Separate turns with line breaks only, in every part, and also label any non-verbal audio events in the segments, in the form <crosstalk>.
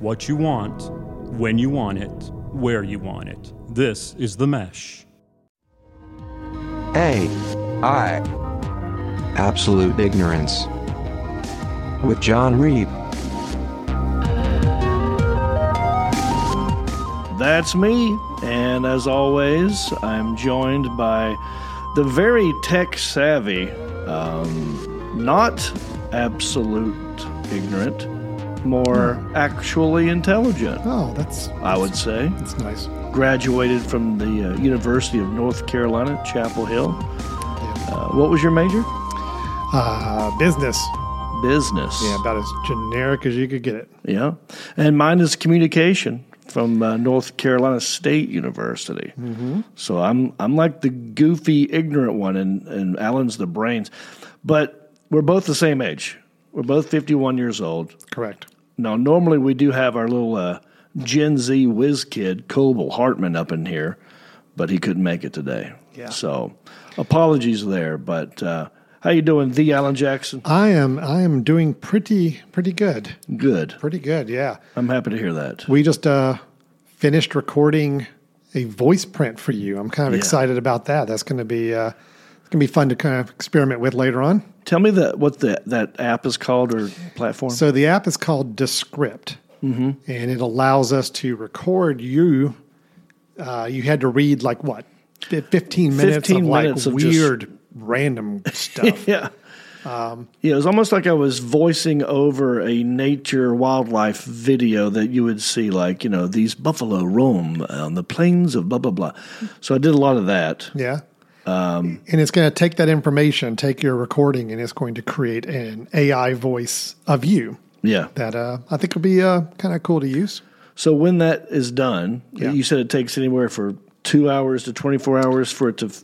what you want, when you want it, where you want it. This is The Mesh.
A. I. Absolute Ignorance. With John Reed.
That's me. And as always, I'm joined by the very tech savvy, um, not absolute ignorant, more actually intelligent,
Oh, that's
I would say.
that's nice.
Graduated from the uh, University of North Carolina, Chapel Hill. Uh, what was your major?
Uh, business.
Business.
Yeah, about as generic as you could get it.
Yeah. And mine is communication from uh, North Carolina State University. So I'm I'm like the goofy ignorant one and and Alan's the brains. But we're both the same age. We're both 51 years old.
Correct.
Now normally we do have our little uh, Gen Z whiz kid Coble Hartman up in here, but he couldn't make it today.
Yeah.
So apologies there, but uh, how you doing, the Alan Jackson?
I am I am doing pretty pretty good.
Good.
Pretty good, yeah.
I'm happy to hear that.
We just uh finished recording a voice print for you. I'm kind of
Yeah.
excited about that. That's gonna be uh it's gonna be fun to kind of experiment with later on.
Tell me the, what the, that app is called or platform.
So the app is called Descript,
Mm-hmm.
and it allows us to record you. Uh, you had to read like what, fi- fifteen minutes
15
of like
minutes of just-
weird random
<laughs>
stuff.
<laughs> yeah.
um,
yeah, it was almost like I was voicing over a nature wildlife video that you would see, like, you know, these buffalo roam on the plains of blah, blah, blah. So I did a lot of that.
yeah. Um, and it's going to take that information, take your recording, and it's going to create an AI voice of you
Yeah.
that uh, I think will be uh, kind of cool to use.
So when that is done,
Yeah.
you said it takes anywhere for two hours to 24 hours for it to, f-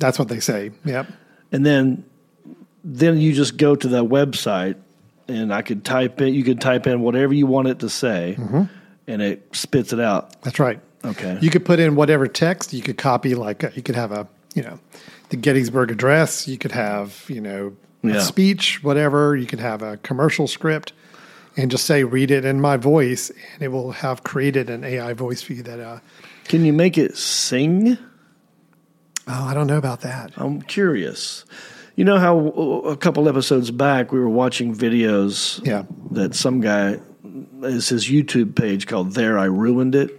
That's what they say. Yep.
and then, then you just go to that website and I could type it, you could type in whatever you want it to say and it spits it out.
That's right.
Okay.
You could put in whatever text. You could copy like uh, you could have a you know the Gettysburg Address. You could have you know
Yeah.
a speech, whatever. You could have a commercial script, and just say read it in my voice, and it will have created an AI voice for you. That uh,
Can you make it sing?
oh, I don't know about that.
I'm curious. You know how uh, a couple episodes back we were watching videos
Yeah.
that some guy is his YouTube page called There I Ruined It,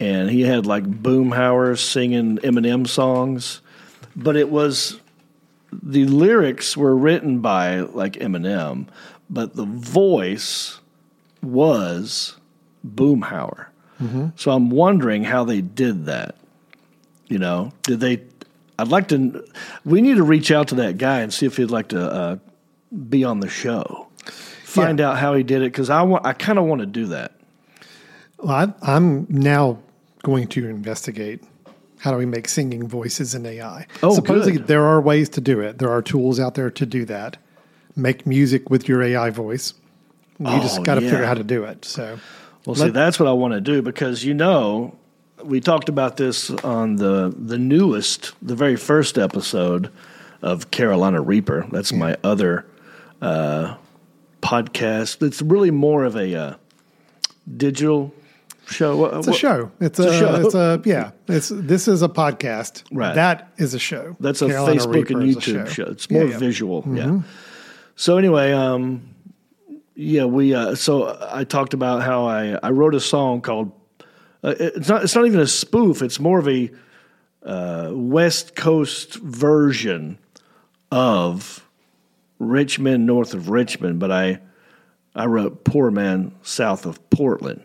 and he had like Boomhauer singing Eminem songs, but it was the lyrics were written by like Eminem, but the voice was Boomhauer. So I'm wondering how they did that. You know, did they? I'd like to. We need to reach out to that guy and see if he'd like to uh, be on the show. Find out how he did it because I want. I kind of want to do that.
Well, I, I'm now going to investigate how do we make singing voices in AI.
Oh,
supposedly
good.
there are ways to do it. There are tools out there to do that. Make music with your AI voice. You
Oh,
just got to
yeah.
figure out how to do it. So,
Well, see, that's what I want to do because you know we talked about this on the the newest, the very first episode of Carolina Reaper. That's my other uh, podcast. It's really more of a uh, digital show.
It's a show. It's,
It's
a,
a show.
It's a yeah. It's this is a podcast.
Right.
That is a show.
That's a
Carolina
Facebook
Reaper
and
is a
YouTube show. It's more
Yeah, Mm-hmm. yeah.
visual. Yeah. So anyway, um, yeah, we uh, so I talked about how I I wrote a song called uh, it's not it's not even a spoof. It's more of a uh, West Coast version of Richmond, north of Richmond. But I I wrote "Poor Man South of Portland."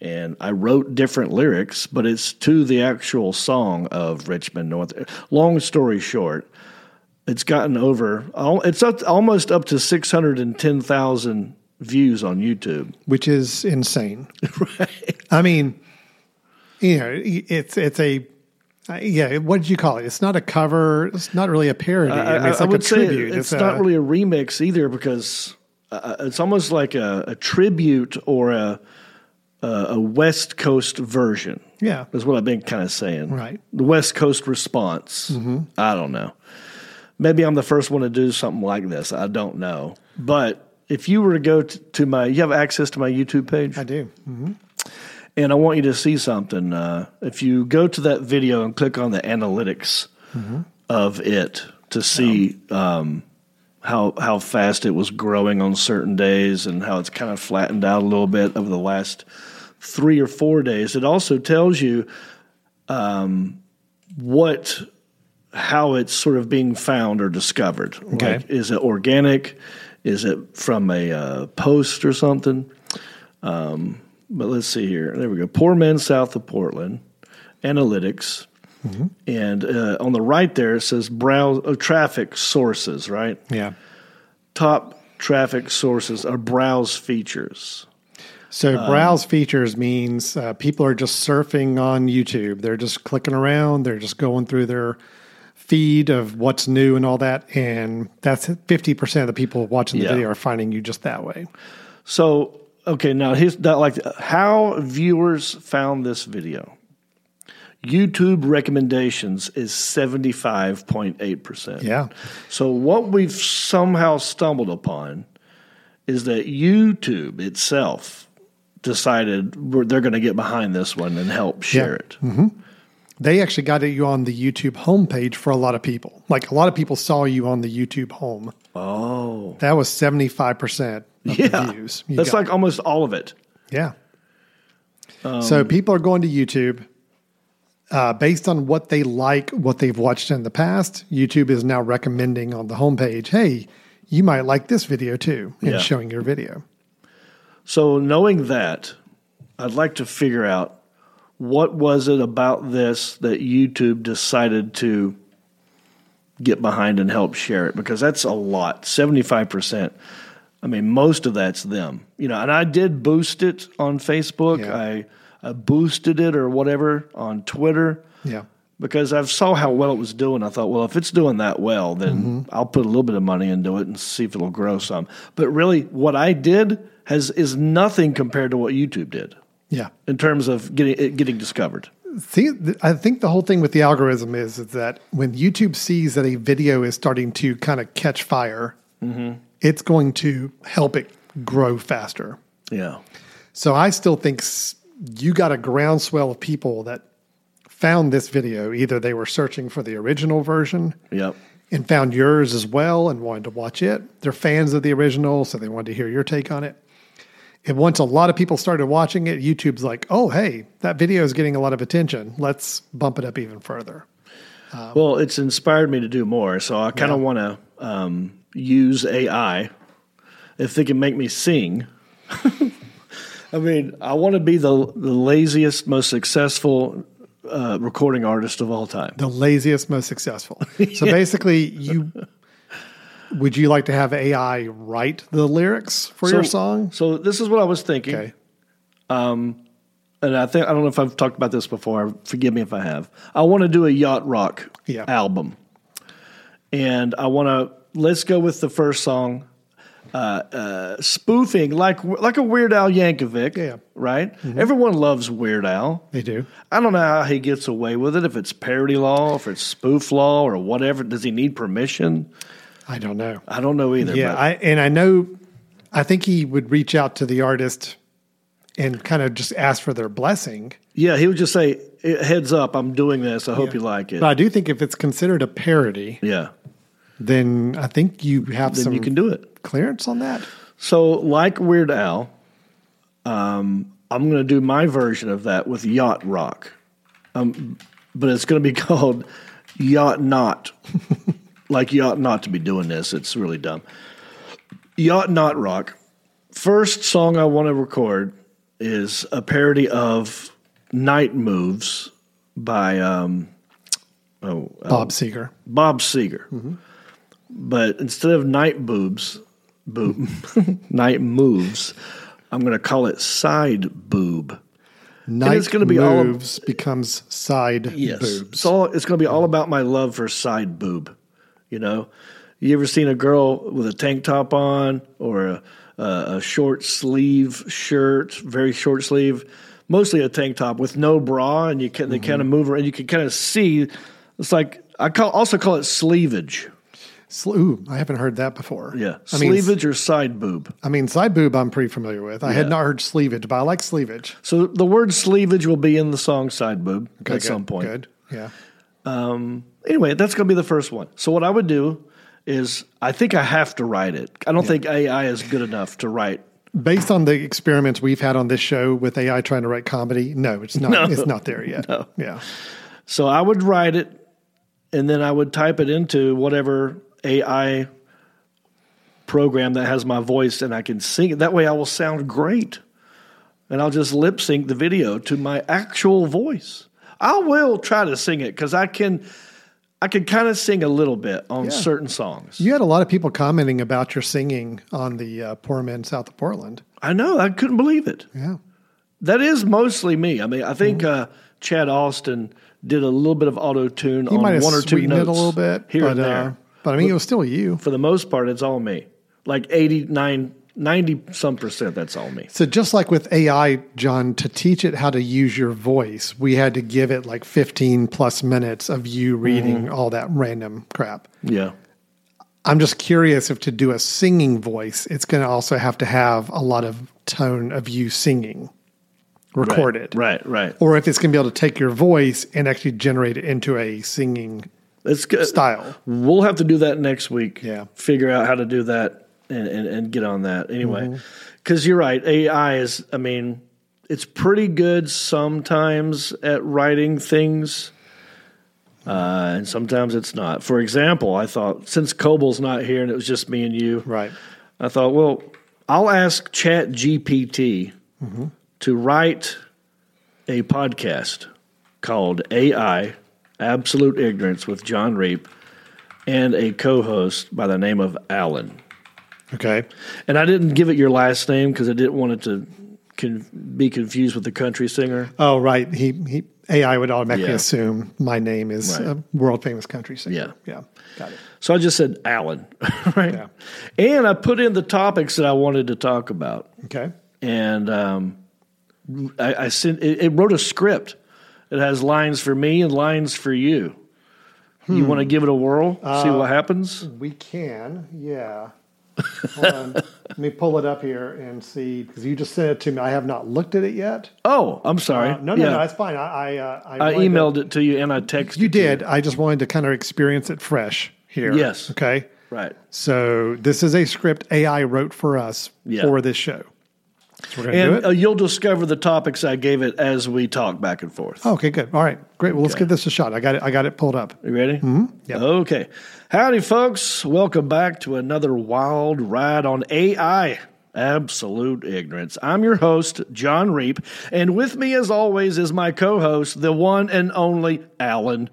and I wrote different lyrics, but it's to the actual song of Richmond North. Long story short, it's gotten over. al- It's up, almost up to six hundred and ten thousand views on YouTube.
Which is insane. <laughs> right. I mean, you know, it's it's a uh, yeah. What did you call it? It's not a cover. It's not really a parody. I, mean, it's like a tribute.
it's,
a-
not really a remix either because uh, it's almost like a, a tribute or a, a a West Coast version.
Yeah.
is what I've been kind of saying.
Right. Mm-hmm.
the West Coast response. I don't know. Maybe I'm the first one to do something like this. I don't know, but if you were to go t- to my, you have access to my YouTube page,
I do. hmm
and I want you to see something. Uh, if you go to that video and click on the analytics
Mm-hmm.
of it to see um, how how fast it was growing on certain days and how it's kind of flattened out a little bit over the last three or four days, it also tells you um, what how it's sort of being found or discovered.
Okay.
Like, is it organic? Is it from a uh, post or something? Um, but let's see here. There we go. Poor men south of Portland, analytics, and uh, on the right there it says browse oh, traffic sources. Right,
Yeah.
top traffic sources are browse features.
So browse features means uh, people are just surfing on YouTube. They're just clicking around. They're just going through their feed of what's new and all that. And that's fifty percent of the people watching the
Yeah.
video are finding you just that way.
So okay, now here's not like how viewers found this video. YouTube recommendations is seventy five point eight percent.
Yeah.
So what we've somehow stumbled upon is that YouTube itself decided we're, they're going to get behind this one and help share
Yeah. Mm-hmm.
it.
They actually got you on the YouTube homepage for a lot of people. Like a lot of people saw you on the YouTube home.
Oh,
That was seventy five percent of
yeah.
the views. you
That's
got.
like Um, almost all of it.
Yeah. so people are going to YouTube uh, based on what they like, what they've watched in the past. YouTube is now recommending on the homepage, hey, you might like this video too, and
Yeah.
showing your video.
So knowing that, I'd like to figure out what was it about this that YouTube decided to get behind and help share it because that's a lot 75% i mean most of that's them you know and i did boost it on facebook
Yeah.
I, I boosted it or whatever on twitter
Yeah.
because i saw how well it was doing i thought well if it's doing that well then i'll put a little bit of money into it and see if it'll grow some but really what i did has is nothing compared to what youtube did
Yeah.
in terms of getting it getting discovered
See, th- I think the whole thing with the algorithm is, is that when YouTube sees that a video is starting to kind of catch fire, it's going to help it grow faster.
yeah
So I still think s- you got a groundswell of people that found this video. Either they were searching for the original version
yep
and found yours as well and wanted to watch it. They're fans of the original, so they wanted to hear your take on it. And once a lot of people started watching it, YouTube's like, oh, hey, that video is getting a lot of attention. Let's bump it up even further.
Well, it's inspired me to do more, so I kind of want to um, use AI if they can make me sing. <laughs> I mean, I want to be the, the laziest, most successful uh, recording artist of all time.
The laziest, most
<laughs>
successful. So basically, you would you like to have AI write the lyrics for your song?
So this is what I was thinking.
Okay.
and I think I don't know if I've talked about this before. Forgive me if I have. I want to do a yacht rock
Yeah.
album, and I want to let's go with the first song, uh, uh, spoofing like like a Weird Al Yankovic.
Yeah. Mm-hmm.
right. Everyone loves Weird Al.
They do.
I don't know how he gets away with it. If it's parody law, if it's spoof law, or whatever. Does he need permission?
I don't know.
I don't know either.
Yeah,
but-
I, and I know, I think he would reach out to the artist and kind of just ask for their blessing.
yeah. He would just say, "Heads up, I'm doing this. I hope you like it."
But I do think if it's considered a parody,
yeah,
then I think you have
then
some
you can do it.
clearance on that.
So, like Weird Al, um, I'm going to do my version of that with yacht rock, um, but it's going to be <laughs> called yacht not. <laughs> like you ought not to be doing this. It's really dumb. You ought not rock. First song I want to record is a parody of "Night Moves" by um,
Bob Seeger.
Bob Seger.
Mm-hmm.
But instead of night boobs, boob, <laughs> night moves, I'm going to call it side boob.
Night
it's gonna be all of-
moves becomes side boobs.
It's, all, it's going to be all about my love for side boob. You know, you ever seen a girl with a tank top on or a, a, a short sleeve shirt, very short sleeve, mostly a tank top with no bra, and you can,
Mm-hmm.
they kind of move around. You can kind of see. It's like I call, also call it sleevage.
Sle- Ooh, I haven't heard that before.
Yeah.
I mean,
Sleevage or side boob.
I mean, side boob, I'm pretty familiar with. I had
Yeah.
not heard sleevage, but I like sleevage.
So the word sleevage will be in the song side boob
Okay,
at
good,
some point.
Good. Yeah.
Anyway, that's going to be the first one. So what I would do is I think I have to write it. I don't think AI is good enough to write.
Based on the experiments we've had on this show with AI trying to write comedy, no, it's not. It's not
<laughs>
there yet. Yeah.
So I would write it and then I would type it into whatever AI program that has my voice and I can sing it. That way I will sound great. And I'll just lip sync the video to my actual voice. I will try to sing it because I can I can kind of sing a little bit on certain songs.
You had a lot of people commenting about your singing on the uh, Poor Men South of Portland.
I know, I couldn't believe it.
Yeah.
That is mostly me. I mean, I think
Mm-hmm.
uh, Chad Austin did a little bit of auto tune
You
on
might have
one or two
sweetened
notes
it a little bit
here
but,
and there.
uh, but I mean, it was still you.
for the most part, it's all me. Like 89, 90 some percent, that's all me.
So just like with AI, John, to teach it how to use your voice, we had to give it like 15 plus minutes of you reading all that random crap.
Yeah.
I'm just curious if to do a singing voice, it's going to also have to have a lot of tone of you singing recorded.
Right, right.
Or if it's going to be able to take your voice and actually generate it into a singing
It's
Uh,
good.
style.
We'll have to do that next week.
Yeah.
Figure out how to do that and, and, and get on that anyway.
Mm-hmm.
Because you're right. AI is, I mean, it's pretty good sometimes at writing things. Uh, and sometimes it's not. For example, I thought since Cobal's not here and it was just me and you,
Right.
I thought, well, I'll ask Chat GPT to write a podcast called AI Absolute Ignorance with John Reap and a co host by the name of Alan.
Okay.
And I didn't give it your last name because I didn't want it to con- be confused with the country singer.
Oh, right. He, he AI would automatically
Yeah.
assume my name is
Right.
a world famous country singer.
Yeah.
Yeah. Got it.
So I just said Alan, <laughs> right?
Yeah.
And I put in the topics that I wanted to talk about.
Okay.
and um, I, I sent it, it wrote a script. It has lines for me and lines for you.
Hmm.
You want to give it a whirl, see
Uh,
what happens.
We can.
<laughs>
Yeah. Hold on. Let me pull it up here and see because you just sent it to me. I have not looked at it yet.
Oh, I'm sorry.
Uh, no, no,
Yeah.
no. It's fine. I I, uh,
I
wanted to-
emailed it to you and I texted
You did. I just wanted to kind of experience it fresh here.
Yes.
Okay.
right.
So this is a script AI wrote for us
Yeah.
for this show. So we're gonna
And
do it.
uh, you'll discover the topics I gave it as we talk back and forth.
okay. Good. All right. Great. Well, let's give this a shot. I got it. I got it pulled up.
You ready? Mm-hmm.
Yep.
Okay. Howdy, folks. Welcome back to another wild ride on AI. Absolute ignorance. I'm your host, John Reap, and with me, as always, is my co host, the one and only Alan.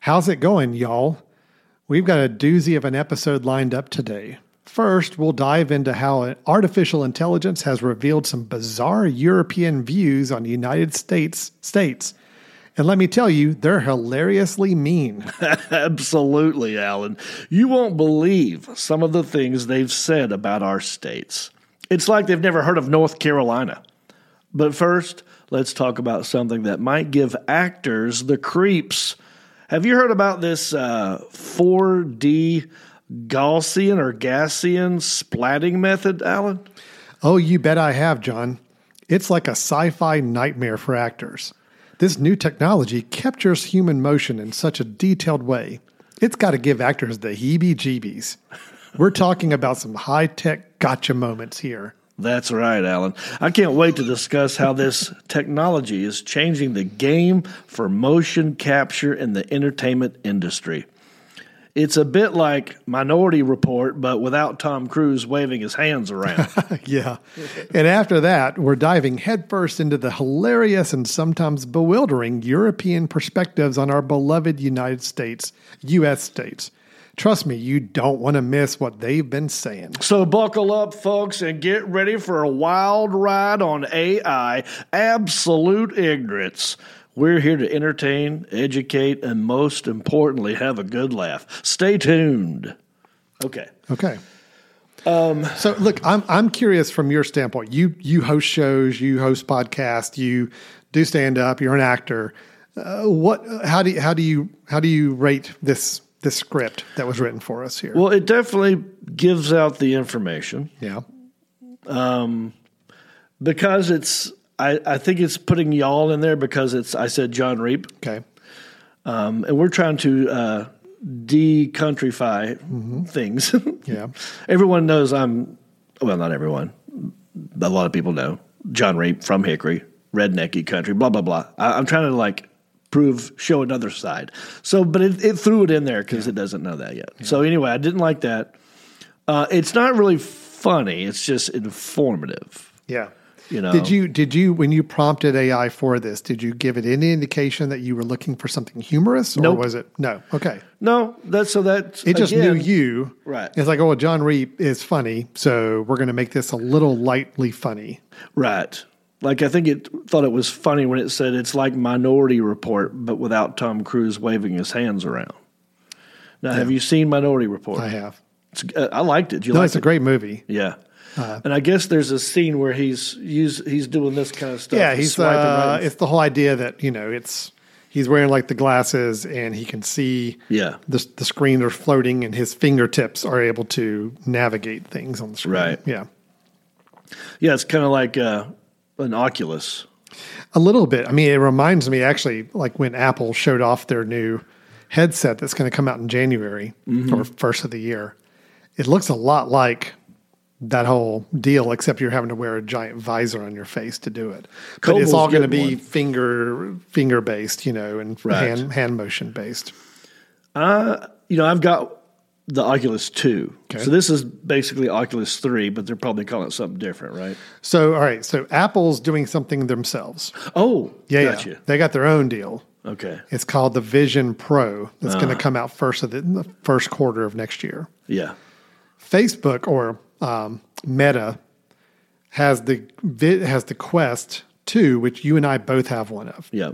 How's it going, y'all? We've got a doozy of an episode lined up today. First, we'll dive into how artificial intelligence has revealed some bizarre European views on United States states. And let me tell you, they're hilariously mean. <laughs>
Absolutely, Alan. You won't believe some of the things they've said about our states. It's like they've never heard of North Carolina. But first, let's talk about something that might give actors the creeps. Have you heard about this uh, 4D Gaussian or Gaussian splatting method, Alan?
Oh, you bet I have, John. It's like a sci fi nightmare for actors. This new technology captures human motion in such a detailed way. It's got to give actors the heebie jeebies. We're talking about some high tech gotcha moments here. <laughs>
That's right, Alan. I can't wait to discuss how this technology is changing the game for motion capture in the entertainment industry. It's a bit like Minority Report, but without Tom Cruise waving his hands around.
yeah. And after that, we're diving headfirst into the hilarious and sometimes bewildering European perspectives on our beloved United States, US states. Trust me, you don't want to miss what they've been saying.
so buckle up, folks, and get ready for a wild ride on AI absolute ignorance. We're here to entertain, educate, and most importantly, have a good laugh. Stay tuned. Okay.
Okay. Um, so look, I'm I'm curious from your standpoint. You you host shows, you host podcasts, you do stand up. You're an actor. Uh, what? How do you, how do you how do you rate this the script that was written for us here.
Well, it definitely gives out the information
yeah.
because it's. I, I think it's putting y'all in there because it's. I said John Reap,
Okay.
um, and we're trying to uh, de-countrify things. <laughs>
Yeah.
everyone knows I'm. Well, not everyone. A lot of people know John Reap from Hickory, rednecky country, blah blah blah. I, I'm trying to like prove, show another side. So, but it, it threw it in there because it doesn't know that yet. So anyway, I didn't like that. Uh, it's not really funny. It's just informative.
Yeah.
You know.
Did you did you when you prompted AI for this? Did you give it any indication that you were looking for something humorous, or
Nope.
was it no? Okay,
No, that's so that
it just
again,
knew you.
Right.
It's like, oh, well, John Reap is funny, so we're going to make this a little lightly funny.
Right. Like I think it thought it was funny when it said it's like Minority Report, but without Tom Cruise waving his hands around. Now, have you seen Minority Report?
I have.
It's- uh, I liked it. You
No,
liked
it's a
it?
great movie.
yeah. and I guess there's a scene where he's use, he's doing this kind of stuff.
Yeah, he's
swiping
uh,
right.
it's the whole idea that you know it's he's wearing like the glasses and he can see
Yeah.
the the screen are floating and his fingertips are able to navigate things on the screen.
Right.
Yeah.
yeah, it's kind of like uh, an Oculus.
A little bit. I mean, it reminds me actually, like when Apple showed off their new headset that's going to come out in January
Mm-hmm.
or first of the year. It looks a lot like that whole deal, except you're having to wear a giant visor on your face to do it. But it's
Cobalt's
all going to
getting
be
one.
finger finger based, you know, and
Right.
hand hand motion based.
You know, I've got the Oculus 2.
Okay.
So this is basically Oculus 3, but they're probably calling it something different, right?
So, all right. So Apple's doing something themselves.
Oh,
Yeah,
gotcha.
yeah. They got their own deal.
Okay.
It's called the Vision Pro. That's going
Ah.
to come out first of the, in the first quarter of next year.
Yeah.
Facebook or um, Meta has the vi- has the Quest Two, which you and I both have one of.
Yeah.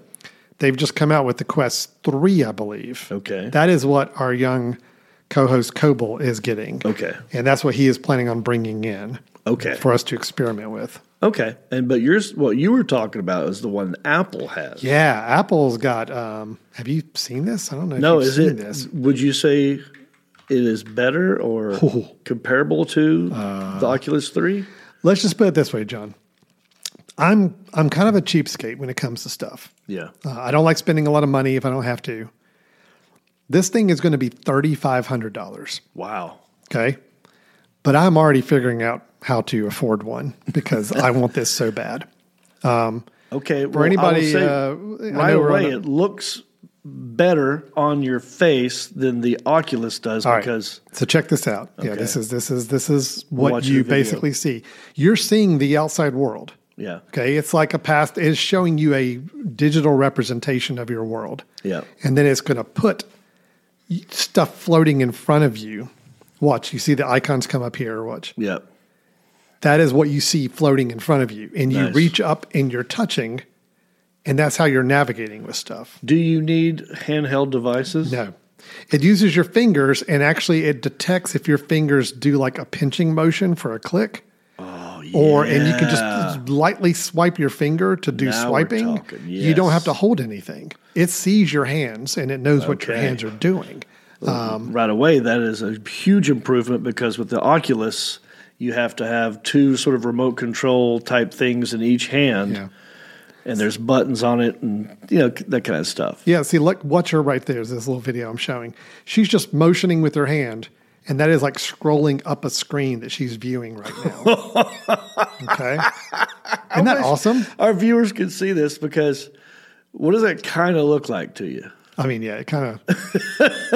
They've just come out with the Quest Three, I believe.
Okay.
that is what our young co-host Coble is getting.
Okay.
and that's what he is planning on bringing in.
Okay.
for us to experiment with.
Okay, and but yours, what you were talking about is the one Apple has.
Yeah, Apple's got. Um, have you seen this? I don't know.
No,
if
is
you've
it?
seen this?
Would you say it is better or
Oh.
comparable to
Uh,
the Oculus Three?
Let's just put it this way, John. I'm I'm kind of a cheapskate when it comes to stuff.
Yeah.
Uh, I don't like spending a lot of money if I don't have to. This thing is going to be thirty five hundred dollars.
Wow.
Okay, but I'm already figuring out how to afford one because I want this
<laughs>
so bad.
Okay. well,
For
I will
anybody,
say
uh, I
right
know we're on
away,
a-
it looks better on your face than the Oculus does
All right.
because
so check this out. Yeah, this
Okay.
is this is this is what
watching
you
a video.
basically see. You're seeing the outside world.
yeah,
Okay, it's like a past. It's showing you a digital representation of your world.
Yeah.
and then it's going to put stuff floating in front of you. Watch, you see the icons come up here. Watch,
yeah,
that is what you see floating in front of you, and you
Nice.
reach up and you're touching, and that's how you're navigating with stuff.
do you need handheld devices?
No. It uses your fingers and actually it detects if your fingers do like a pinching motion for a click. Oh, Or and you can just lightly swipe your finger to do
Now we're
swiping.
talking,
You don't
yes.
have to hold anything. It sees your hands and it knows what your
Okay.
hands are doing.
right away, that is a huge improvement because with the Oculus, you have to have two sort of remote control type things in each hand,
Yeah.
and there's buttons on it, and you know that kind of stuff.
Yeah, see look watch her right there. There's this little video I'm showing. She's just motioning with her hand and that is like scrolling up a screen that she's viewing right
<laughs>
now. okay. Isn't that awesome?
Our viewers can see this because what does that kind of look like to you?
I mean, yeah, it kind
<laughs>
of.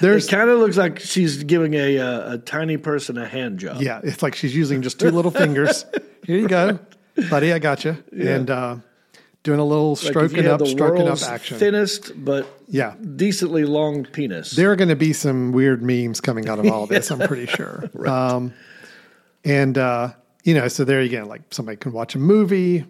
There's
It kind of looks like she's giving a uh, a tiny person a hand job.
Yeah, it's like she's using just two little fingers. Here you go, buddy. I got you. And uh, doing a little
Like if you
stroking
had
up,
the
stroking up
world's
action.
Thinnest but
yeah,
decently long penis.
there are going to be some weird memes coming out of
<laughs>
all this. I'm pretty sure. Um, and uh, you know, so there you go. Like somebody can watch a movie,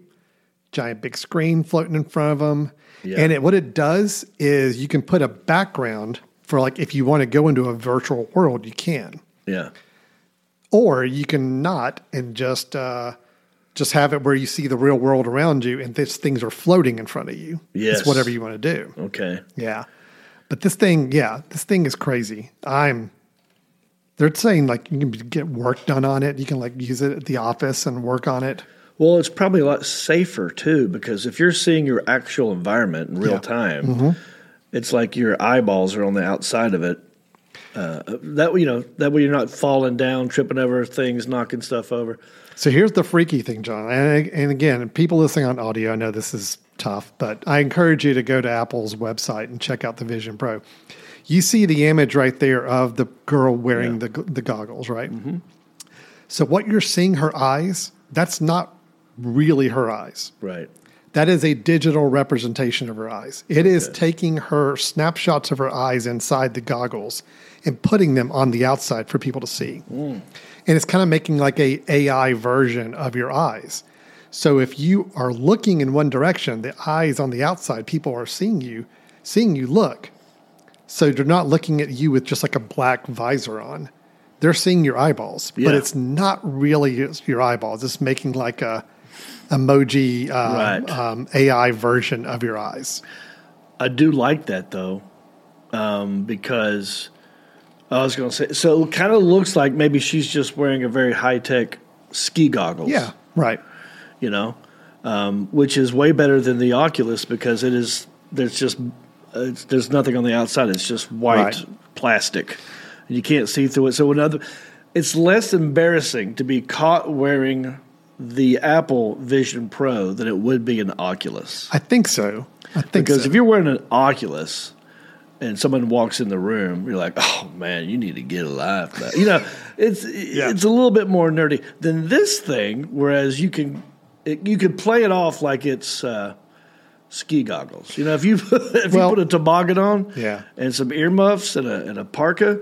giant big screen floating in front of them.
Yeah.
And it, what it does is you can put a background for like if you want to go into a virtual world, you can.
yeah.
or you can not and just uh, just have it where you see the real world around you and these things are floating in front of you.
Yes.
It's whatever you want to do.
Okay.
Yeah. But this thing, yeah, this thing is crazy. I'm. They're saying like you can get work done on it. You can like use it at the office and work on it.
Well, it's probably a lot safer too because if you're seeing your actual environment in real
Yeah. Mm-hmm.
time, it's like your eyeballs are on the outside of it. Uh, that way, you know, that way you're not falling down, tripping over things, knocking stuff over.
So here's the freaky thing, John. And, and again, people listening on audio, I know this is tough, but I encourage you to go to Apple's website and check out the Vision Pro. You see the image right there of the girl wearing the, g- the goggles, right? So what you're seeing her eyes, that's not really her eyes.
Right.
That is a digital representation of her eyes. It is taking her snapshots of her eyes inside the goggles and putting them on the outside for people to see. And it's kind of making like a AI version of your eyes. So if you are looking in one direction, the eyes on the outside, people are seeing you, seeing you look. So they're not looking at you with just like a black visor on. They're seeing your eyeballs,
Yeah.
but it's not really your eyeballs. It's making like a emoji um,
Right.
um, AI version of your eyes.
I do like that though, um, because I was going to say so. It kind of looks like maybe she's just wearing a very high tech ski goggles.
Yeah, right.
you know, um, which is way better than the Oculus because it is there's just uh, it's, there's nothing on the outside. It's just white
Right.
plastic, and you can't see through it. So another, it's less embarrassing to be caught wearing the Apple Vision Pro than it would be an Oculus.
I think so. I think
Because
so.
if you're wearing an Oculus and someone walks in the room, you're like, "Oh man, you need to get a life." man." You
<laughs>
know, it's it's a little bit more nerdy than this thing. Whereas you can it, you can play it off like it's uh, ski goggles. You know, if you <laughs> if
Well-
you put a toboggan on,
Yeah.
and some earmuffs and a and a parka,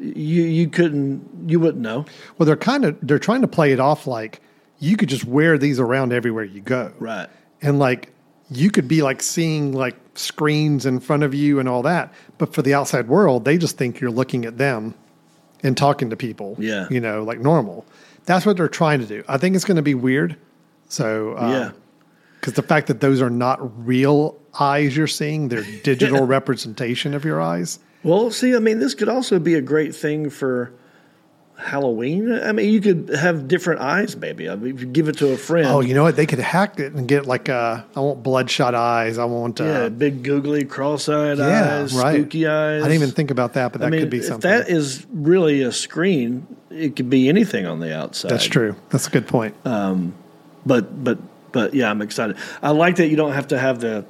you you couldn't you wouldn't know,
well, they're kind of they're trying to play it off like you could just wear these around everywhere you go,
right?
and like you could be like seeing like screens in front of you and all that. But for the outside world, they just think you're looking at them and talking to people.
Yeah.
you know, like normal. That's what they're trying to do. I think it's going to be weird. So uh,
yeah.
Because the fact that those are not real eyes you're
<laughs>
seeing, they're digital representation of your eyes.
Well, see, I mean, this could also be a great thing for Halloween. I mean, you could have different eyes, maybe. I mean, if you give it to a friend.
Oh, you know what? They could hack it and get like, uh, I want bloodshot eyes. I want, uh,
yeah, big googly, cross-eyed
yeah,
eyes,
right.
spooky eyes.
I didn't even think about that, but that
I mean,
could be
if
something.
that is really a screen, it could be anything on the outside.
That's true. That's a good point.
Oh, But but but yeah, I'm excited. I like that you don't have to have the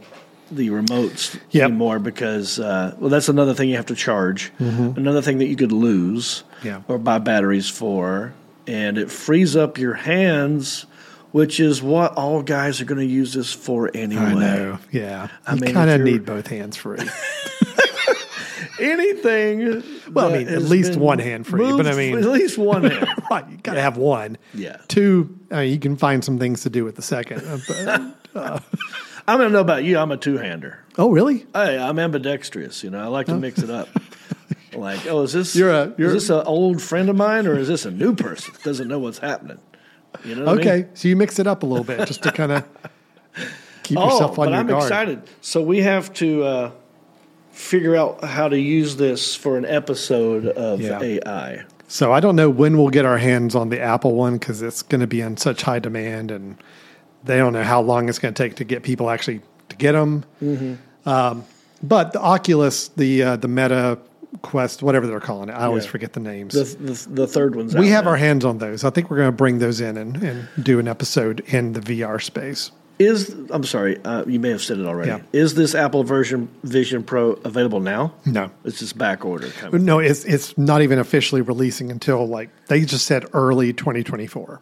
the remotes
Yep.
anymore because uh, well, that's another thing you have to charge. Another thing that you could lose
Mm-hmm. Yeah.
or buy batteries for, and it frees up your hands, which is what all guys are going to use this for anyway.
I know. Yeah.
I
you
mean, if
kind of
you're-
need both
<laughs>
hands free. <laughs>
Anything.
Well, I
that
mean, at
has
least
been
one hand free, but I
moved-
mean-
at least one hand.
right. You got to have one.
Yeah.
Two, I mean, you can find some things to do with the second. Uh,
<laughs>
but-
I don't know about you. I'm a two hander.
oh, really?
Hey, I'm ambidextrous. You know, I like to mix it
<laughs>
up. like, oh, is this
You're a- you're-
is this an old friend of mine or is this a new person that doesn't know what's happening? You know, what I
Okay.
mean?
So you mix it up a little bit just
<laughs>
to kind of keep
Oh,
yourself on
but
your
I'm
guard.
excited. So we have to uh, figure out how to use this for an episode of
Yeah.
AI.
So I don't know when we'll get our hands on the Apple one because it's going to be in such high demand, and they don't know how long it's going to take to get people actually to get them. Um, but the Oculus, the uh, the Meta Quest, whatever they're calling it, I always
Yeah.
forget the names.
The the, the third one's
we
out
have
now.
our hands on those. I think we're going to bring those in and, and do an episode in the VR space.
is I'm sorry, uh, you may have said it already.
Yeah.
Is this Apple version Vision Pro available now?
No.
It's just back order. Kind of.
No, it's it's not even officially releasing until like they just said early 2024.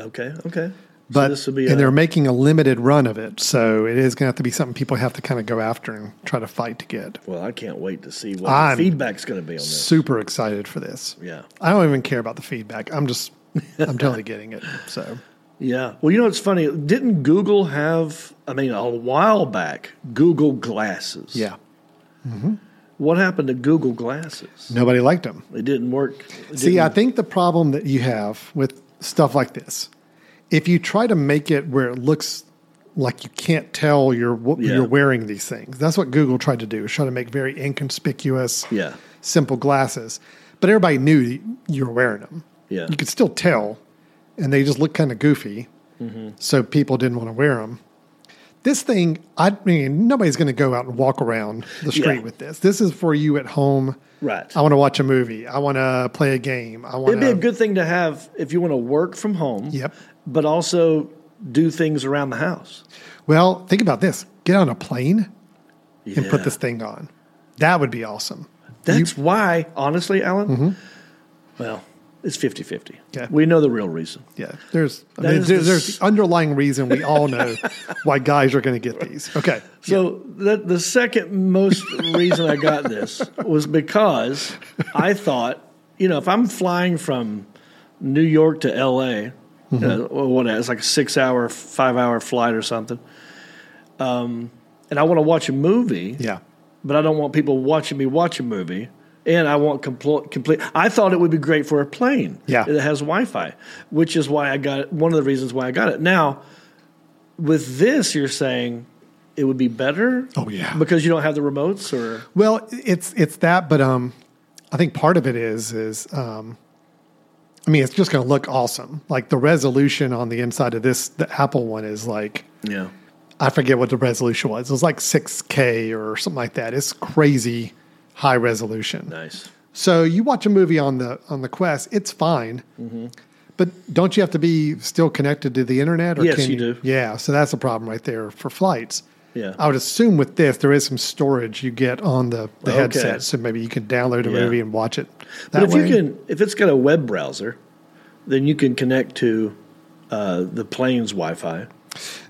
Okay, okay. so
but
this would be
and
a-
they're making a limited run of it, so it is going to have to be something people have to kind of go after and try to fight to get.
Well, I can't wait to see what
I'm
the feedback's going to be on this.
Super excited for this.
Yeah.
I don't even care about the feedback. I'm just I'm totally getting it. So
Yeah. Well, you know what's funny? Didn't Google have, I mean, a while back, Google Glasses?
yeah,
What happened to Google Glasses?
nobody liked them.
They didn't work. It
See, I
didn't-
think the problem that you have with stuff like this, if you try to make it where it looks like you can't tell you're what
Yeah.
you're wearing these things. That's what Google tried to do, is try to make very inconspicuous,
Yeah.
simple glasses. But everybody knew you were wearing them.
Yeah.
You could still tell, and they just look kind of goofy.
Mm-hmm.
So people didn't want to wear them. This thing, I mean, nobody's going to go out and walk around the street
Yeah.
with this. This is for you at home.
Right.
I want to watch a movie. I want to play a game. I want
It'd be
to.
a good thing to have if you want to work from home.
Yep.
But also do things around the house.
well, think about this. Get on a plane and put
Yeah.
this thing on. That would be awesome.
That's why, honestly, Alan,
Mm-hmm.
well, it's 50 50.
Yeah.
We know the real reason.
Yeah, there's I
That
mean,
is
there's,
the
there's the underlying reason we all know
<laughs>
why guys are going to get these. Okay,
So the, the second most reason I got this was because I thought, you know, if I'm flying from New York to L.A., you know, or what it's like a six-hour, five-hour flight or something, um, and I want to watch a movie,
yeah,
but I don't want people watching me watch a movie. And I want complete, complete. I thought it would be great for a plane
Yeah.
that has Wi-Fi, which is why I got it, one of the reasons why I got it. Now, with this, you're saying it would be better.
Oh, yeah.
because you don't have the remotes, or
Well, it's it's that, but um, I think part of it is is um, I mean, it's just going to look awesome. Like the resolution on the inside of this, the Apple one is like
yeah,
I forget what the resolution was. It was like 6K or something like that. It's crazy high resolution.
nice.
So you watch a movie on the on the Quest, it's fine.
Mm-hmm.
But don't you have to be still connected to the internet? Or
Yes,
can
you do.
Yeah, so that's a problem right there for flights.
Yeah.
I would assume with this there is some storage you get on the, the
Okay.
headset, so maybe you can download a
Yeah.
movie and watch it.
But
That
if
way.
you can, if it's got a web browser, then you can connect to uh, the plane's Wi-Fi.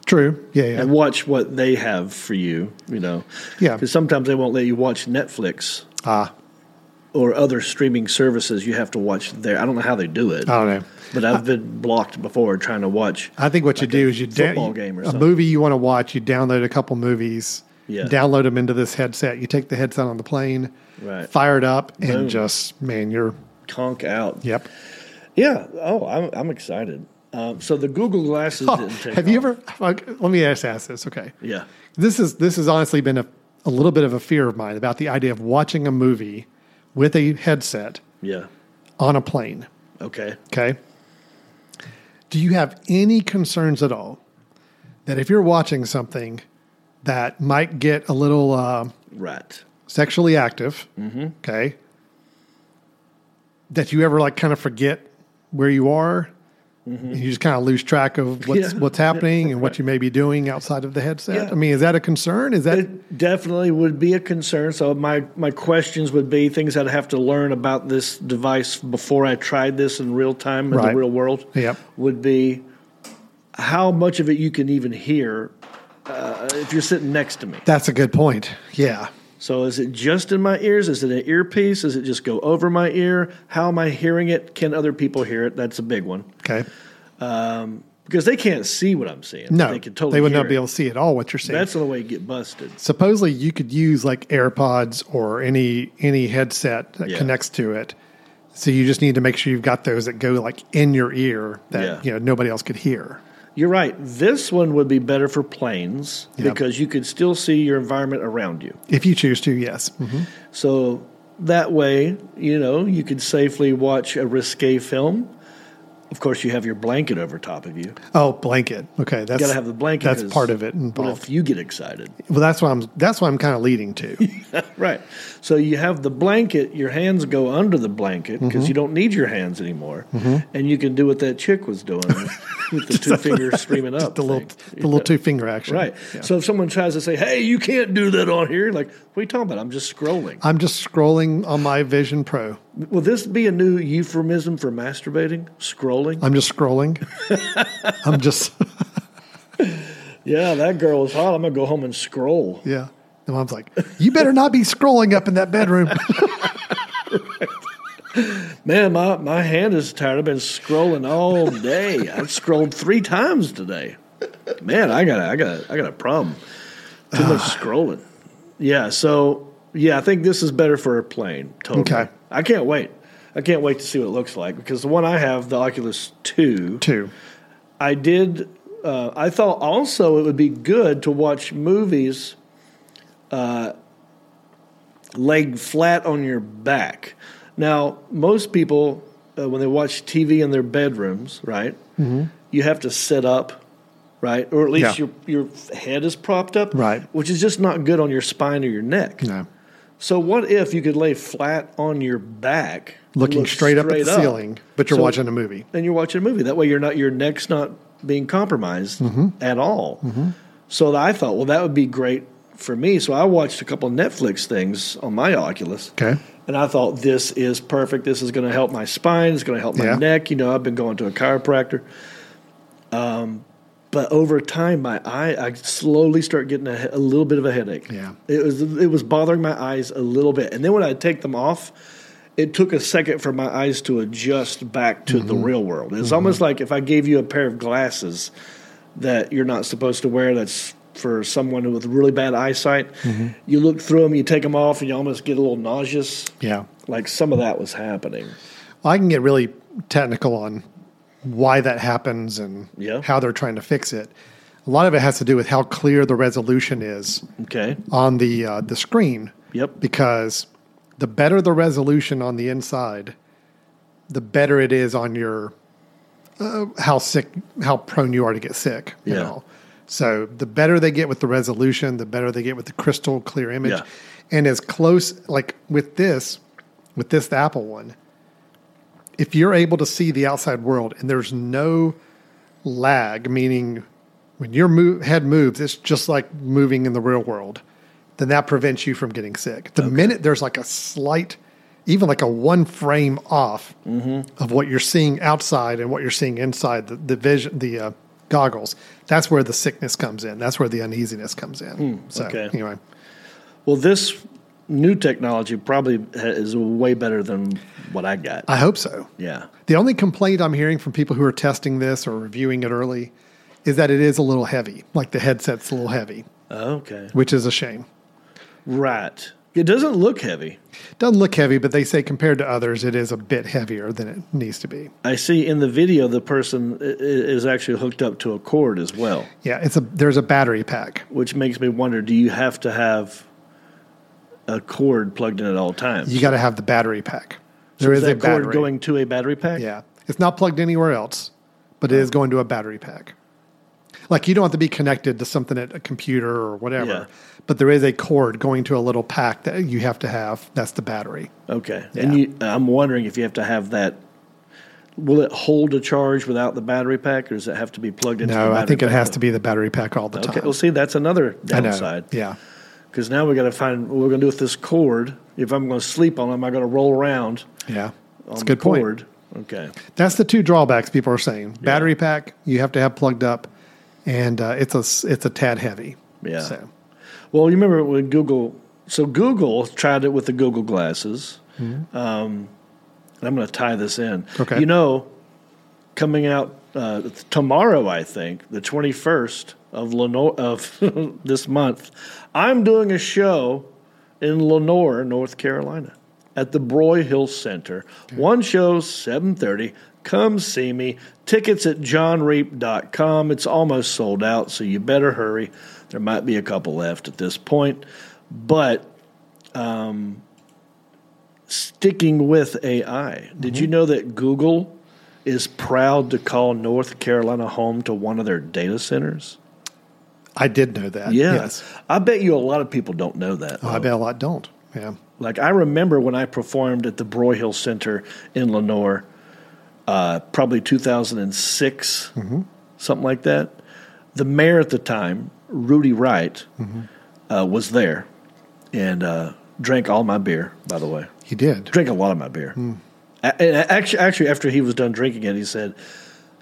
true, yeah, yeah,
and watch what they have for you. You know,
Yeah.
Because sometimes they won't let you watch Netflix
ah,
or other streaming services. You have to watch there. I don't know how they do it,
Oh, I don't know.
but I've been blocked before trying to watch.
I think what you do is you
football
download
game or
a
something.
movie you want to watch. You download a couple movies,
Yeah.
download them into this headset. You take the headset on the plane,
Right.
fire it up, and
Boom.
just man, you're
Conk out.
yep.
Yeah. Oh, I'm I'm excited. Um, so the Google glasses didn't take.
Oh, Have you
off.
ever? Like, let me ask, ask this. Okay,
Yeah.
this is this has honestly been a, a little bit of a fear of mine about the idea of watching a movie with a headset
Yeah.
on a plane.
Okay.
Okay. Do you have any concerns at all that if you're watching something that might get a little uh,
Right.
sexually active,
Mm-hmm.
okay, that you ever like kind of forget where you are, and you just kind of lose track
<laughs>
of what's
Mm-hmm. Yeah.
what's happening and what you may be doing outside of the headset. I mean, is that a concern? Is that
It definitely would be a concern. So my my questions would be things I'd have to learn about this device before I tried this in real time in
Right.
the real world.
Yep.
Would be how much of it you can even hear uh, if you're sitting next to me.
that's a good point? Yeah,
So is it just in my ears? Is it an earpiece? Does it just go over my ear? How am I hearing it? Can other people hear it? That's a big one
okay.
because they can't see what I'm seeing.
No,
they can totally.
would
hear
not be
it.
able to see at all what you're seeing.
That's the way you get busted.
supposedly you could use like AirPods or any any headset that
Yeah.
connects to it. So you just need to make sure you've got those that go like in your ear that
Yeah.
you know nobody else could hear.
You're right. This one would be better for planes
Yeah.
because you could still see your environment around you.
If you choose to, yes.
Mm-hmm. So that way, you know, you could safely watch a risque film. Of course, you have your blanket over top of you.
Oh, blanket. Okay, that's
You got to have the blanket.
That's
'cause
part of it
What
involved.
if you get excited?
well, that's what I'm. That's what I'm kind of leading
<laughs>
to.
Right. So you have the blanket, your hands go under the blanket because you don't need your hands anymore. And you can do what that chick was <laughs> doing with the two fingers streaming up.
the little,
thing.
the little two finger action.
Right.
Yeah.
So if someone tries to say, hey, you can't do that on here, like, what are you talking about? I'm just scrolling.
I'm just scrolling on my Vision Pro.
Will this be a new euphemism for masturbating? Scrolling?
I'm
<laughs>
just scrolling. I'm just <laughs>
Yeah, that girl is hot. I'm going to go home and scroll.
yeah. And mom's like, you better not be scrolling up in that bedroom. <laughs>
Man, my, my hand is tired. I've been scrolling all day. I've scrolled three times today. Man, I got I got I got a problem. Too much scrolling. Yeah, so yeah, I think this is better for a plane. Totally.
Okay.
I can't wait. I can't wait to see what it looks like because the one I have, the Oculus 2,
Two.
I did Uh, I thought also it would be good to watch movies uh, laid flat on your back. Now, most people, uh, when they watch TV in their bedrooms, right, you have to sit up, right? Or at least
Mm-hmm. Yeah.
your, your head is propped up,
Right.
Which is just not good on your spine or your neck.
No.
So, what if you could lay flat on your back,
Looking
look
straight, up at the ceiling, but you're
So-
watching a movie.
and you're watching a movie. That way, you're not your neck's not being compromised at all. So I thought, well, that would be great for me. So I watched a couple Netflix things on my Oculus,
Okay.
and I thought this is perfect. This is going to help my spine. It's going to help my
Yeah.
neck. You know, I've been going to a chiropractor. Um, but over time, my eye I slowly start getting a, he- a little bit of a headache.
Yeah.
it was it was bothering my eyes a little bit, and then when I take them off. It took a second for my eyes to adjust back to the
Mm-hmm.
real world. It's almost like if I gave you a pair of glasses that you're not supposed to wear that's for someone with really bad eyesight.
Mm-hmm.
You look through them, you take them off, and you almost get a little nauseous.
Yeah.
Like some of that was happening.
Well, I can get really technical on why that happens and
Yeah.
how they're trying to fix it. A lot of it has to do with how clear the resolution is
Okay.
on the uh, the screen.
Yep.
Because the better the resolution on the inside, the better it is on your uh, how sick, how prone you are to get sick. you
Yeah.
know. So the better they get with the resolution, the better they get with the crystal clear image,
Yeah.
and as close like with this, with this Apple one. If you're able to see the outside world and there's no lag, meaning when your move, head moves, it's just like moving in the real world, then that prevents you from getting sick. The minute there's like a slight, even like a one frame off of what you're seeing outside and what you're seeing inside the, the vision, the uh, goggles, that's where the sickness comes in. That's where the uneasiness comes in. so,
okay.
anyway,
Well, this new technology probably ha- is way better than what I got.
I hope so.
yeah.
The only complaint I'm hearing from people who are testing this or reviewing it early is that it is a little heavy. Like the headset's a little heavy,
Oh, Okay.
which is a shame.
Right. It doesn't look heavy.
Doesn't look heavy, but they say compared to others, it is a bit heavier than it needs to be.
I see in the video the person i- i- is actually hooked up to a cord as well,
Yeah, it's a there's a battery pack.
which makes me wonder: Do you have to have a cord plugged in at all times?
You got to have the battery pack. There is
that
a battery.
cord going to a battery pack?
yeah, it's not plugged anywhere else, but it is going to a battery pack. Like you don't have to be connected to something at a computer or whatever,
Yeah.
but there is a cord going to a little pack that you have to have. That's the battery.
Okay. And you, I'm wondering if you have to have that. Will it hold a charge without the battery pack, or does it have to be plugged into? the
No,
battery
I think it
pack?
has to be the battery pack all the
Okay.
time.
Well, see, that's another
I know.
downside.
Yeah,
Because now we got to find what we're going to do with this cord. If I'm going to sleep on it, am I going to roll around
yeah. It's
on
a good
the
point.
Um, cord? Okay.
That's the two drawbacks people are saying. Battery pack you have to have plugged up, and uh, it's a s- it's a tad heavy.
Yeah.
So
Well, you remember when Google? So Google tried it with the Google glasses. Um, and I'm going to tie this in.
Okay.
You know, coming out uh, tomorrow, I think the 21st of Leno- of <laughs> this month, I'm doing a show in Lenore, North Carolina, at the Broy Hill Center. One show, 7:30. Come see me. Tickets at johnreap.com. It's almost sold out, so you better hurry. There might be a couple left at this point, but um, sticking with AI. Did
Mm-hmm.
you know that Google is proud to call North Carolina home to one of their data centers?
I did know that.
Yeah.
Yes.
I bet you a lot of people don't know that.
Oh,
though.
I bet a lot don't. Yeah.
Like I remember when I performed at the Broy Hill Center in Lenore, uh, probably 2006, something like that. The mayor at the time, Rudy Wright, uh, was there and uh, drank all my beer. By the way,
He did.
drank a lot of my beer. A- and actually, actually, after he was done drinking it, he said,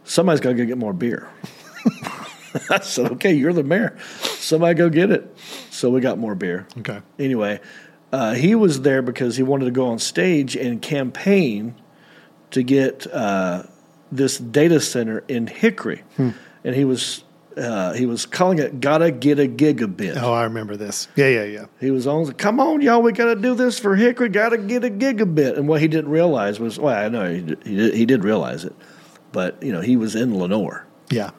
"Somebody's got to go get more beer." <laughs> I said, "Okay, you're the mayor. Somebody go get it." So we got more beer.
Okay.
Anyway, uh, he was there because he wanted to go on stage and campaign to get uh, this data center in Hickory, and he was uh, he was calling it "Gotta Get a Gigabit."
Oh, I remember this. Yeah, yeah, yeah.
He was on. Come on, y'all, we got to do this for Hickory. Got to get a gigabit. And what he didn't realize was, well, I know he did, he did, he did realize it, but you know he was in Lenore,
Yeah.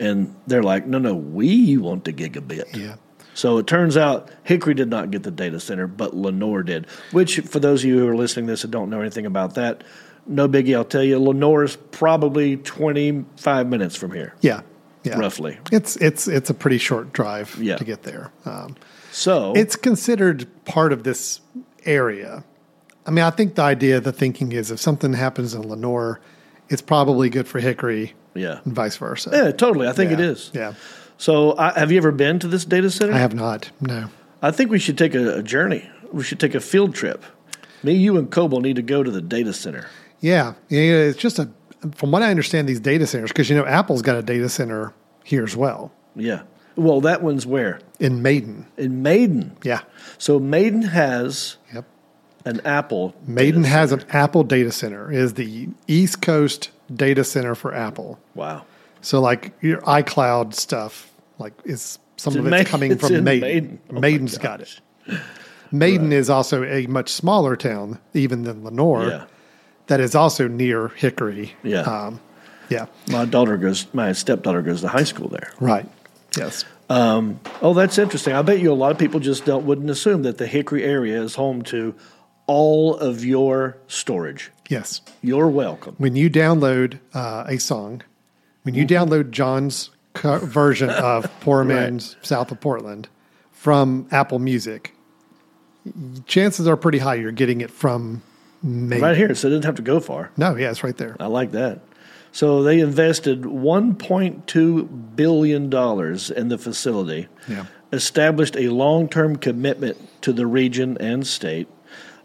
And they're like, no, no, we want the gigabit.
Yeah.
So it turns out Hickory did not get the data center, but Lenore did. Which, for those of you who are listening to this and don't know anything about that, no biggie. I'll tell you, Lenore is probably 25 minutes from here,
Yeah. Yeah.
roughly.
It's it's it's a pretty short drive
Yeah. Oh.
to get there. Um,
So
it's considered part of this area. I mean, I think the idea, the thinking is, if something happens in Lenore, it's probably good for Hickory,
yeah.
and vice versa.
Yeah, totally. I think it
Yeah.
is.
Yeah,
So, I, have you ever been to this data center?
I have not. No.
I think we should take a, a journey. We should take a field trip. Me, you, and Coble need to go to the data center.
Yeah, yeah. It's just a. From what I understand, these data centers, because you know Apple's got a data center here as well
Yeah. Well, that one's where?
in Maiden.
In Maiden.
Yeah.
So, Maiden has
Yep.
an Apple.
Maiden
data
has an Apple data center. It Is the East Coast data center for Apple.
center. Wow.
So like your iCloud stuff, like is some
It's
of
in
it's
Ma-
coming
it's in
from
Maiden.
Maiden.
Oh my
Maiden's got it. Maiden is also a much smaller town even than Lenore.
Yeah.
That is also near Hickory.
Yeah.
Um, yeah.
My daughter goes, my stepdaughter goes to high school there.
Right. Yes.
Oh, that's interesting. I bet you a lot of people just don't, wouldn't assume that the Hickory area is home to all of your storage.
Yes.
You're welcome.
When you download uh, a song, when you
Mm-hmm.
download John's co-
<laughs>
version of Poor Man's South of Portland from Apple Music, chances are pretty high you're getting it from Maiden.
Right here, Oh. so it didn't have to go far.
No, yeah, it's right there.
I like that. So they invested 1.2 billion dollars in the facility.
Yeah.
Established a long-term commitment to the region and state.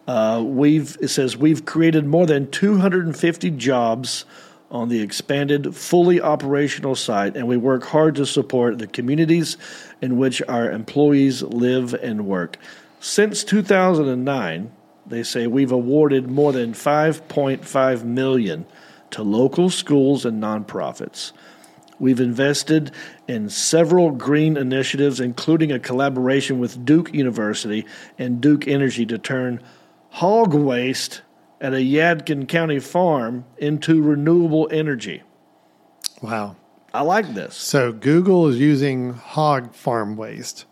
Uh, we've it says we've created more than 250 jobs on the expanded, fully operational site, and we work hard to support the communities in which our employees live and work. Since 2009, they say we've awarded more than 5.5 million to local schools and nonprofits. We've invested in several green initiatives, including a collaboration with Duke University and Duke Energy to turn hog waste at a Yadkin County farm into renewable energy.
Wow.
I like this.
So Google is using hog farm waste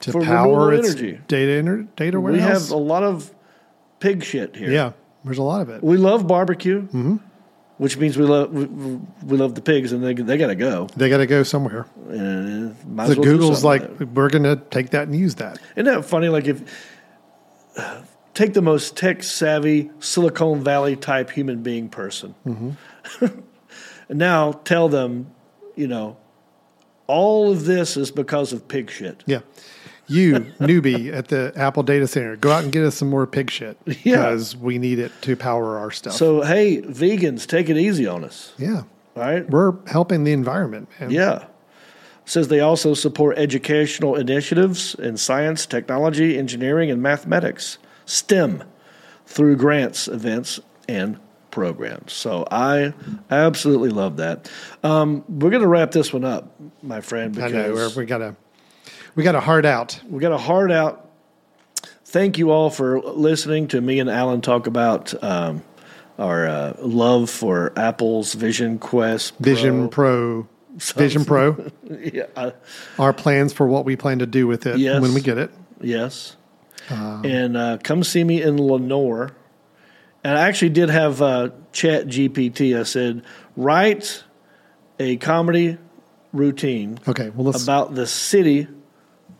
to
For
power
renewable
its
energy.
data inter- data
We
warehouse.
have a lot of pig shit here.
yeah, Mm-hmm. there's a lot of it.
We love barbecue, which means we love we, we love the pigs, and they they gotta go.
They got to go somewhere.
And might
So
as well do
Google's
something
like,
with it.
we're going to take that and use that.
Isn't that funny? Like if take the most tech savvy Silicon Valley type human being person, <laughs> and now tell them, you know, all of this is because of pig shit.
Yeah. You newbie at the Apple data center, go out and get us some more pig shit
<laughs> Yeah.
because we need it to power our stuff.
So hey, vegans, take it easy on us,
yeah,
all right?
we're helping the environment. Man.
Yeah. Says they also support educational initiatives in science, technology, engineering, and mathematics, STEM, through grants, events, and programs. So I absolutely love that. Um, we're going to wrap this one up, my friend,
I
because
know. we're- We got to we got to hard out.
we got a heart out. Thank you all for listening to me and Alan talk about um, our uh, love for Apple's Vision Quest. Pro.
Vision Pro.
<laughs>
Vision Pro.
Yeah, I-
our plans for what we plan to do with it
Yes.
when we get it.
Yes.
Um,
and uh, come see me in Lenore. And I actually did have uh, Chat GPT. I said, write a comedy routine
Okay, well let's
about the city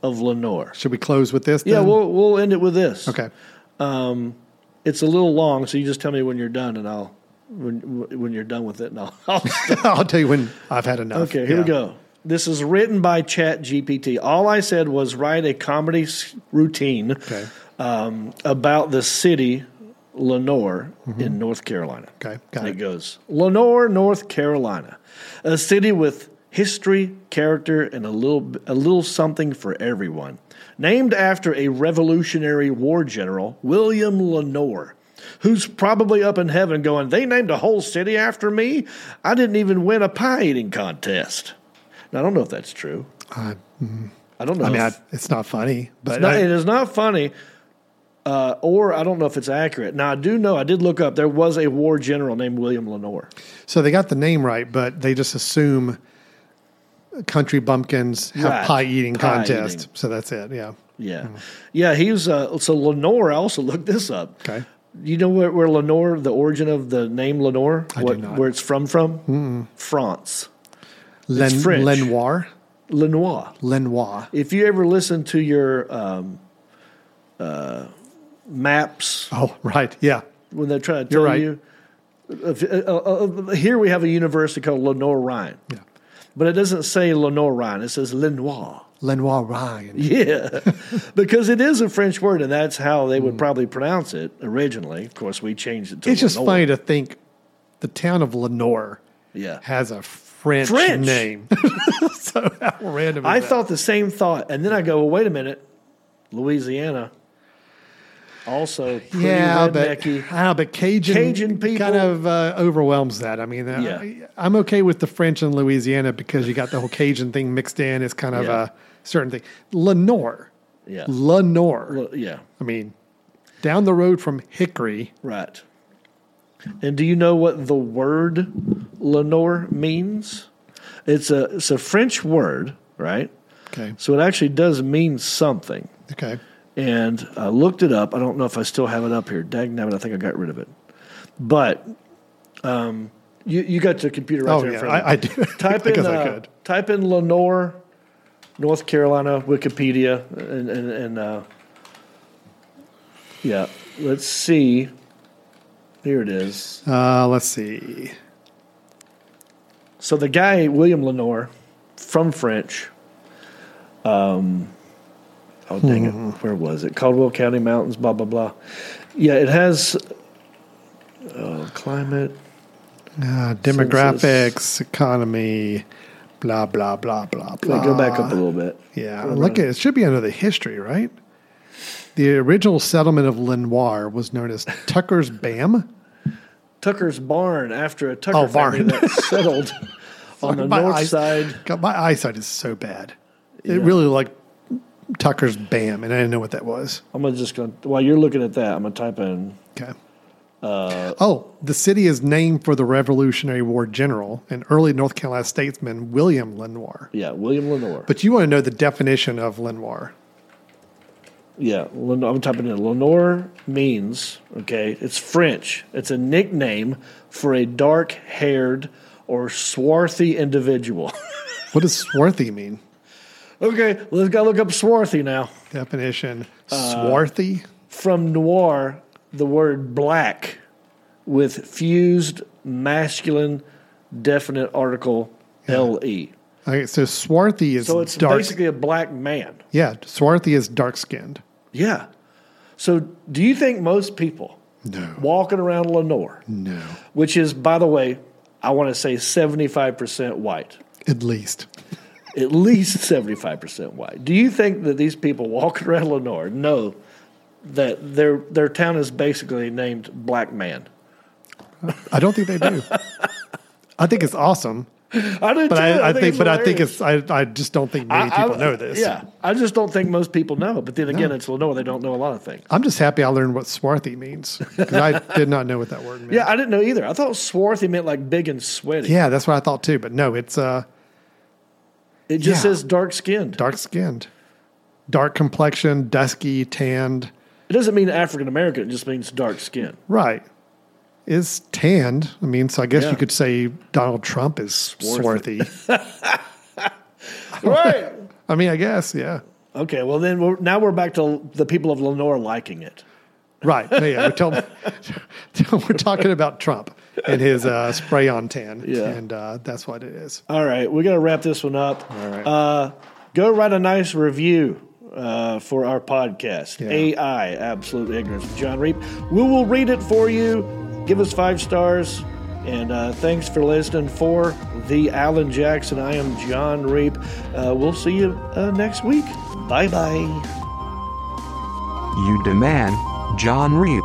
of Lenore.
should we close with this?
Yeah,
then?
we'll we'll end it with this.
okay. <laughs>
It's a little long, so you just tell me when you're done, and I'll when when you're done with it, and I'll. <laughs> I'll
I'll tell you when I've had enough.
okay, here we
Yeah.
go. This is written by Chat GPT. All I said was write a comedy s- routine
Okay.
um, about the city Lenore in North Carolina.
Okay. Mm-hmm. Got
And
it.
it goes Lenore, North Carolina, a city with history, character, and a little a little something for everyone. Named after a Revolutionary War general, William Lenore, who's probably up in heaven going, "They named a whole city after me. I didn't even win a pie eating contest." Now, I don't know if that's true.
I,
I don't know.
I mean,
if-
I, it's not funny, but
no,
I-
it is not funny, uh, or I don't know if it's accurate. Now I do know I did look up. There was a war general named William Lenore.
so they got the name right, but they just assume country bumpkins have
Right.
pie eating
Pie
contest.
eating.
So that's it. Yeah.
Yeah,
Hmm.
yeah. He's uh, so Lenore. I also looked this up.
Okay.
You know where, where Lenore, the origin of the name Lenore,
I do
what,
not.
where it's from? From France,
Len,
French.
Lenoir.
Lenoir.
Lenoir.
If you ever listen to your um, uh, maps
Oh, right. Yeah.
when they try to tell
You're right.
you, if, uh, uh, uh, here we have a university called Lenore Rhine,
Yeah.
but it doesn't say Lenore Rhine; it says Lenoir. <laughs>
Lenoir Ryan.
Yeah, because it is a French word, and that's how they would probably pronounce it originally. Of course, we changed it to.
Hmm. It's just
Lenore.
funny to think the town of Lenore
Yeah,
has a French,
French.
name. <laughs> so how random is
I
that?
thought the same thought, and then I go, "Well, wait a minute, Louisiana." Also, pretty
yeah, but,
rednecky.
I know, but Cajun,
Cajun people-
kind of uh, overwhelms that. I mean, uh,
Yeah.
I'm okay with the French in Louisiana because you got the whole Cajun thing mixed in. It's kind of
Yeah.
a certain thing. Lenore,
yeah,
Lenore.
Well, yeah,
I mean, down the road from Hickory,
right. And do you know what the word Lenore means? It's a it's a French word, right?
okay,
So it actually does mean something.
okay,
and I looked it up. I don't know if I still have it up here. Dag nabbit, I think I got rid of it. But um, you you got the computer right
Oh,
there
yeah,
in front of you.
I- I do. <laughs>
Type
I
in
guess I
uh,
could.
type in Lenore, North Carolina, Wikipedia, and and, and uh, yeah, let's see. Here it is.
uh, let's see,
So the guy William Lenore, from French. Um, oh dang
Hmm.
it! Where was it? Caldwell County mountains. Blah blah blah. Yeah, it has uh, climate.
uh, demographics, economy, blah blah blah blah blah.
Let me Go back up a little bit.
Yeah,
Or
look
run.
at it. Should be under the history, right? The original settlement of Lenoir was known as Tucker's Bam.
Tucker's barn after a Tucker
Oh,
family
barn. <laughs>
that settled <laughs> on the
My
north
eye-
side.
God, my eyesight is so bad. It
Yeah.
really looked like Tucker's Bam, and I didn't know what that was.
I'm gonna just gonna while you're looking at that, I'm gonna type in.
Okay.
Uh,
oh, the city is named for the Revolutionary War general and early North Carolina statesman William Lenoir.
Yeah, William Lenore.
But you want to know the definition of Lenoir?
Yeah, Len- I'm typing in Lenore means, okay, it's French. It's a nickname for a dark haired or swarthy individual. <laughs>
What does swarthy mean?
okay, let's go look up swarthy now.
Definition:
Uh,
swarthy.
From noir, the word black with fused masculine definite article LE.
Okay, so swarthy is
So it's
dark.
basically a black man.
Yeah, swarthy is dark skinned.
Yeah. So do you think most people
No.
walking around Lenore
No,
which is, by the way, I want to say 75% white,
at least.
at least 75% white. Do you think that these people walking <laughs> around Lenore know that their their town is basically named Black Man?
I don't think they
<laughs>
do. I think it's awesome,
I do
but
too.
I, I think, but I think
hilarious.
it's I, I just don't think many
I- I-
people know this.
Yeah, I just don't think most people know. But then again, it's Lenore; they don't know a lot of things.
I'm just happy I learned what swarthy means because
<laughs>
I did not know what that word meant.
Yeah, I didn't know either. I thought swarthy meant like big and sweaty.
yeah, that's what I thought too. But no, it's uh,
it just
yeah.
says dark skinned.
dark skinned, dark complexion, dusky, tanned.
It doesn't mean African American. It just means dark skin.
Right, is tanned. I mean, so I guess
Yeah.
you could say Donald Trump is swarthy.
Right.
I mean, I guess yeah.
Okay, well then we're, now we're back to the people of Lenore liking it.
Right. No, Yeah. We're, tell- we're talking about Trump and his uh, spray on tan.
Yeah.
And uh, that's what it is.
All right, we're gonna wrap this one up. All
right.
Uh, go write a nice review uh, for our podcast.
Yeah.
AI, absolute ignorance, with John Reap. We will read it for you. Give us five stars. And uh, thanks for listening for the Alan Jackson. I am John Reap. Uh, we'll see you uh, next week. Bye bye.
You demand, John Reap.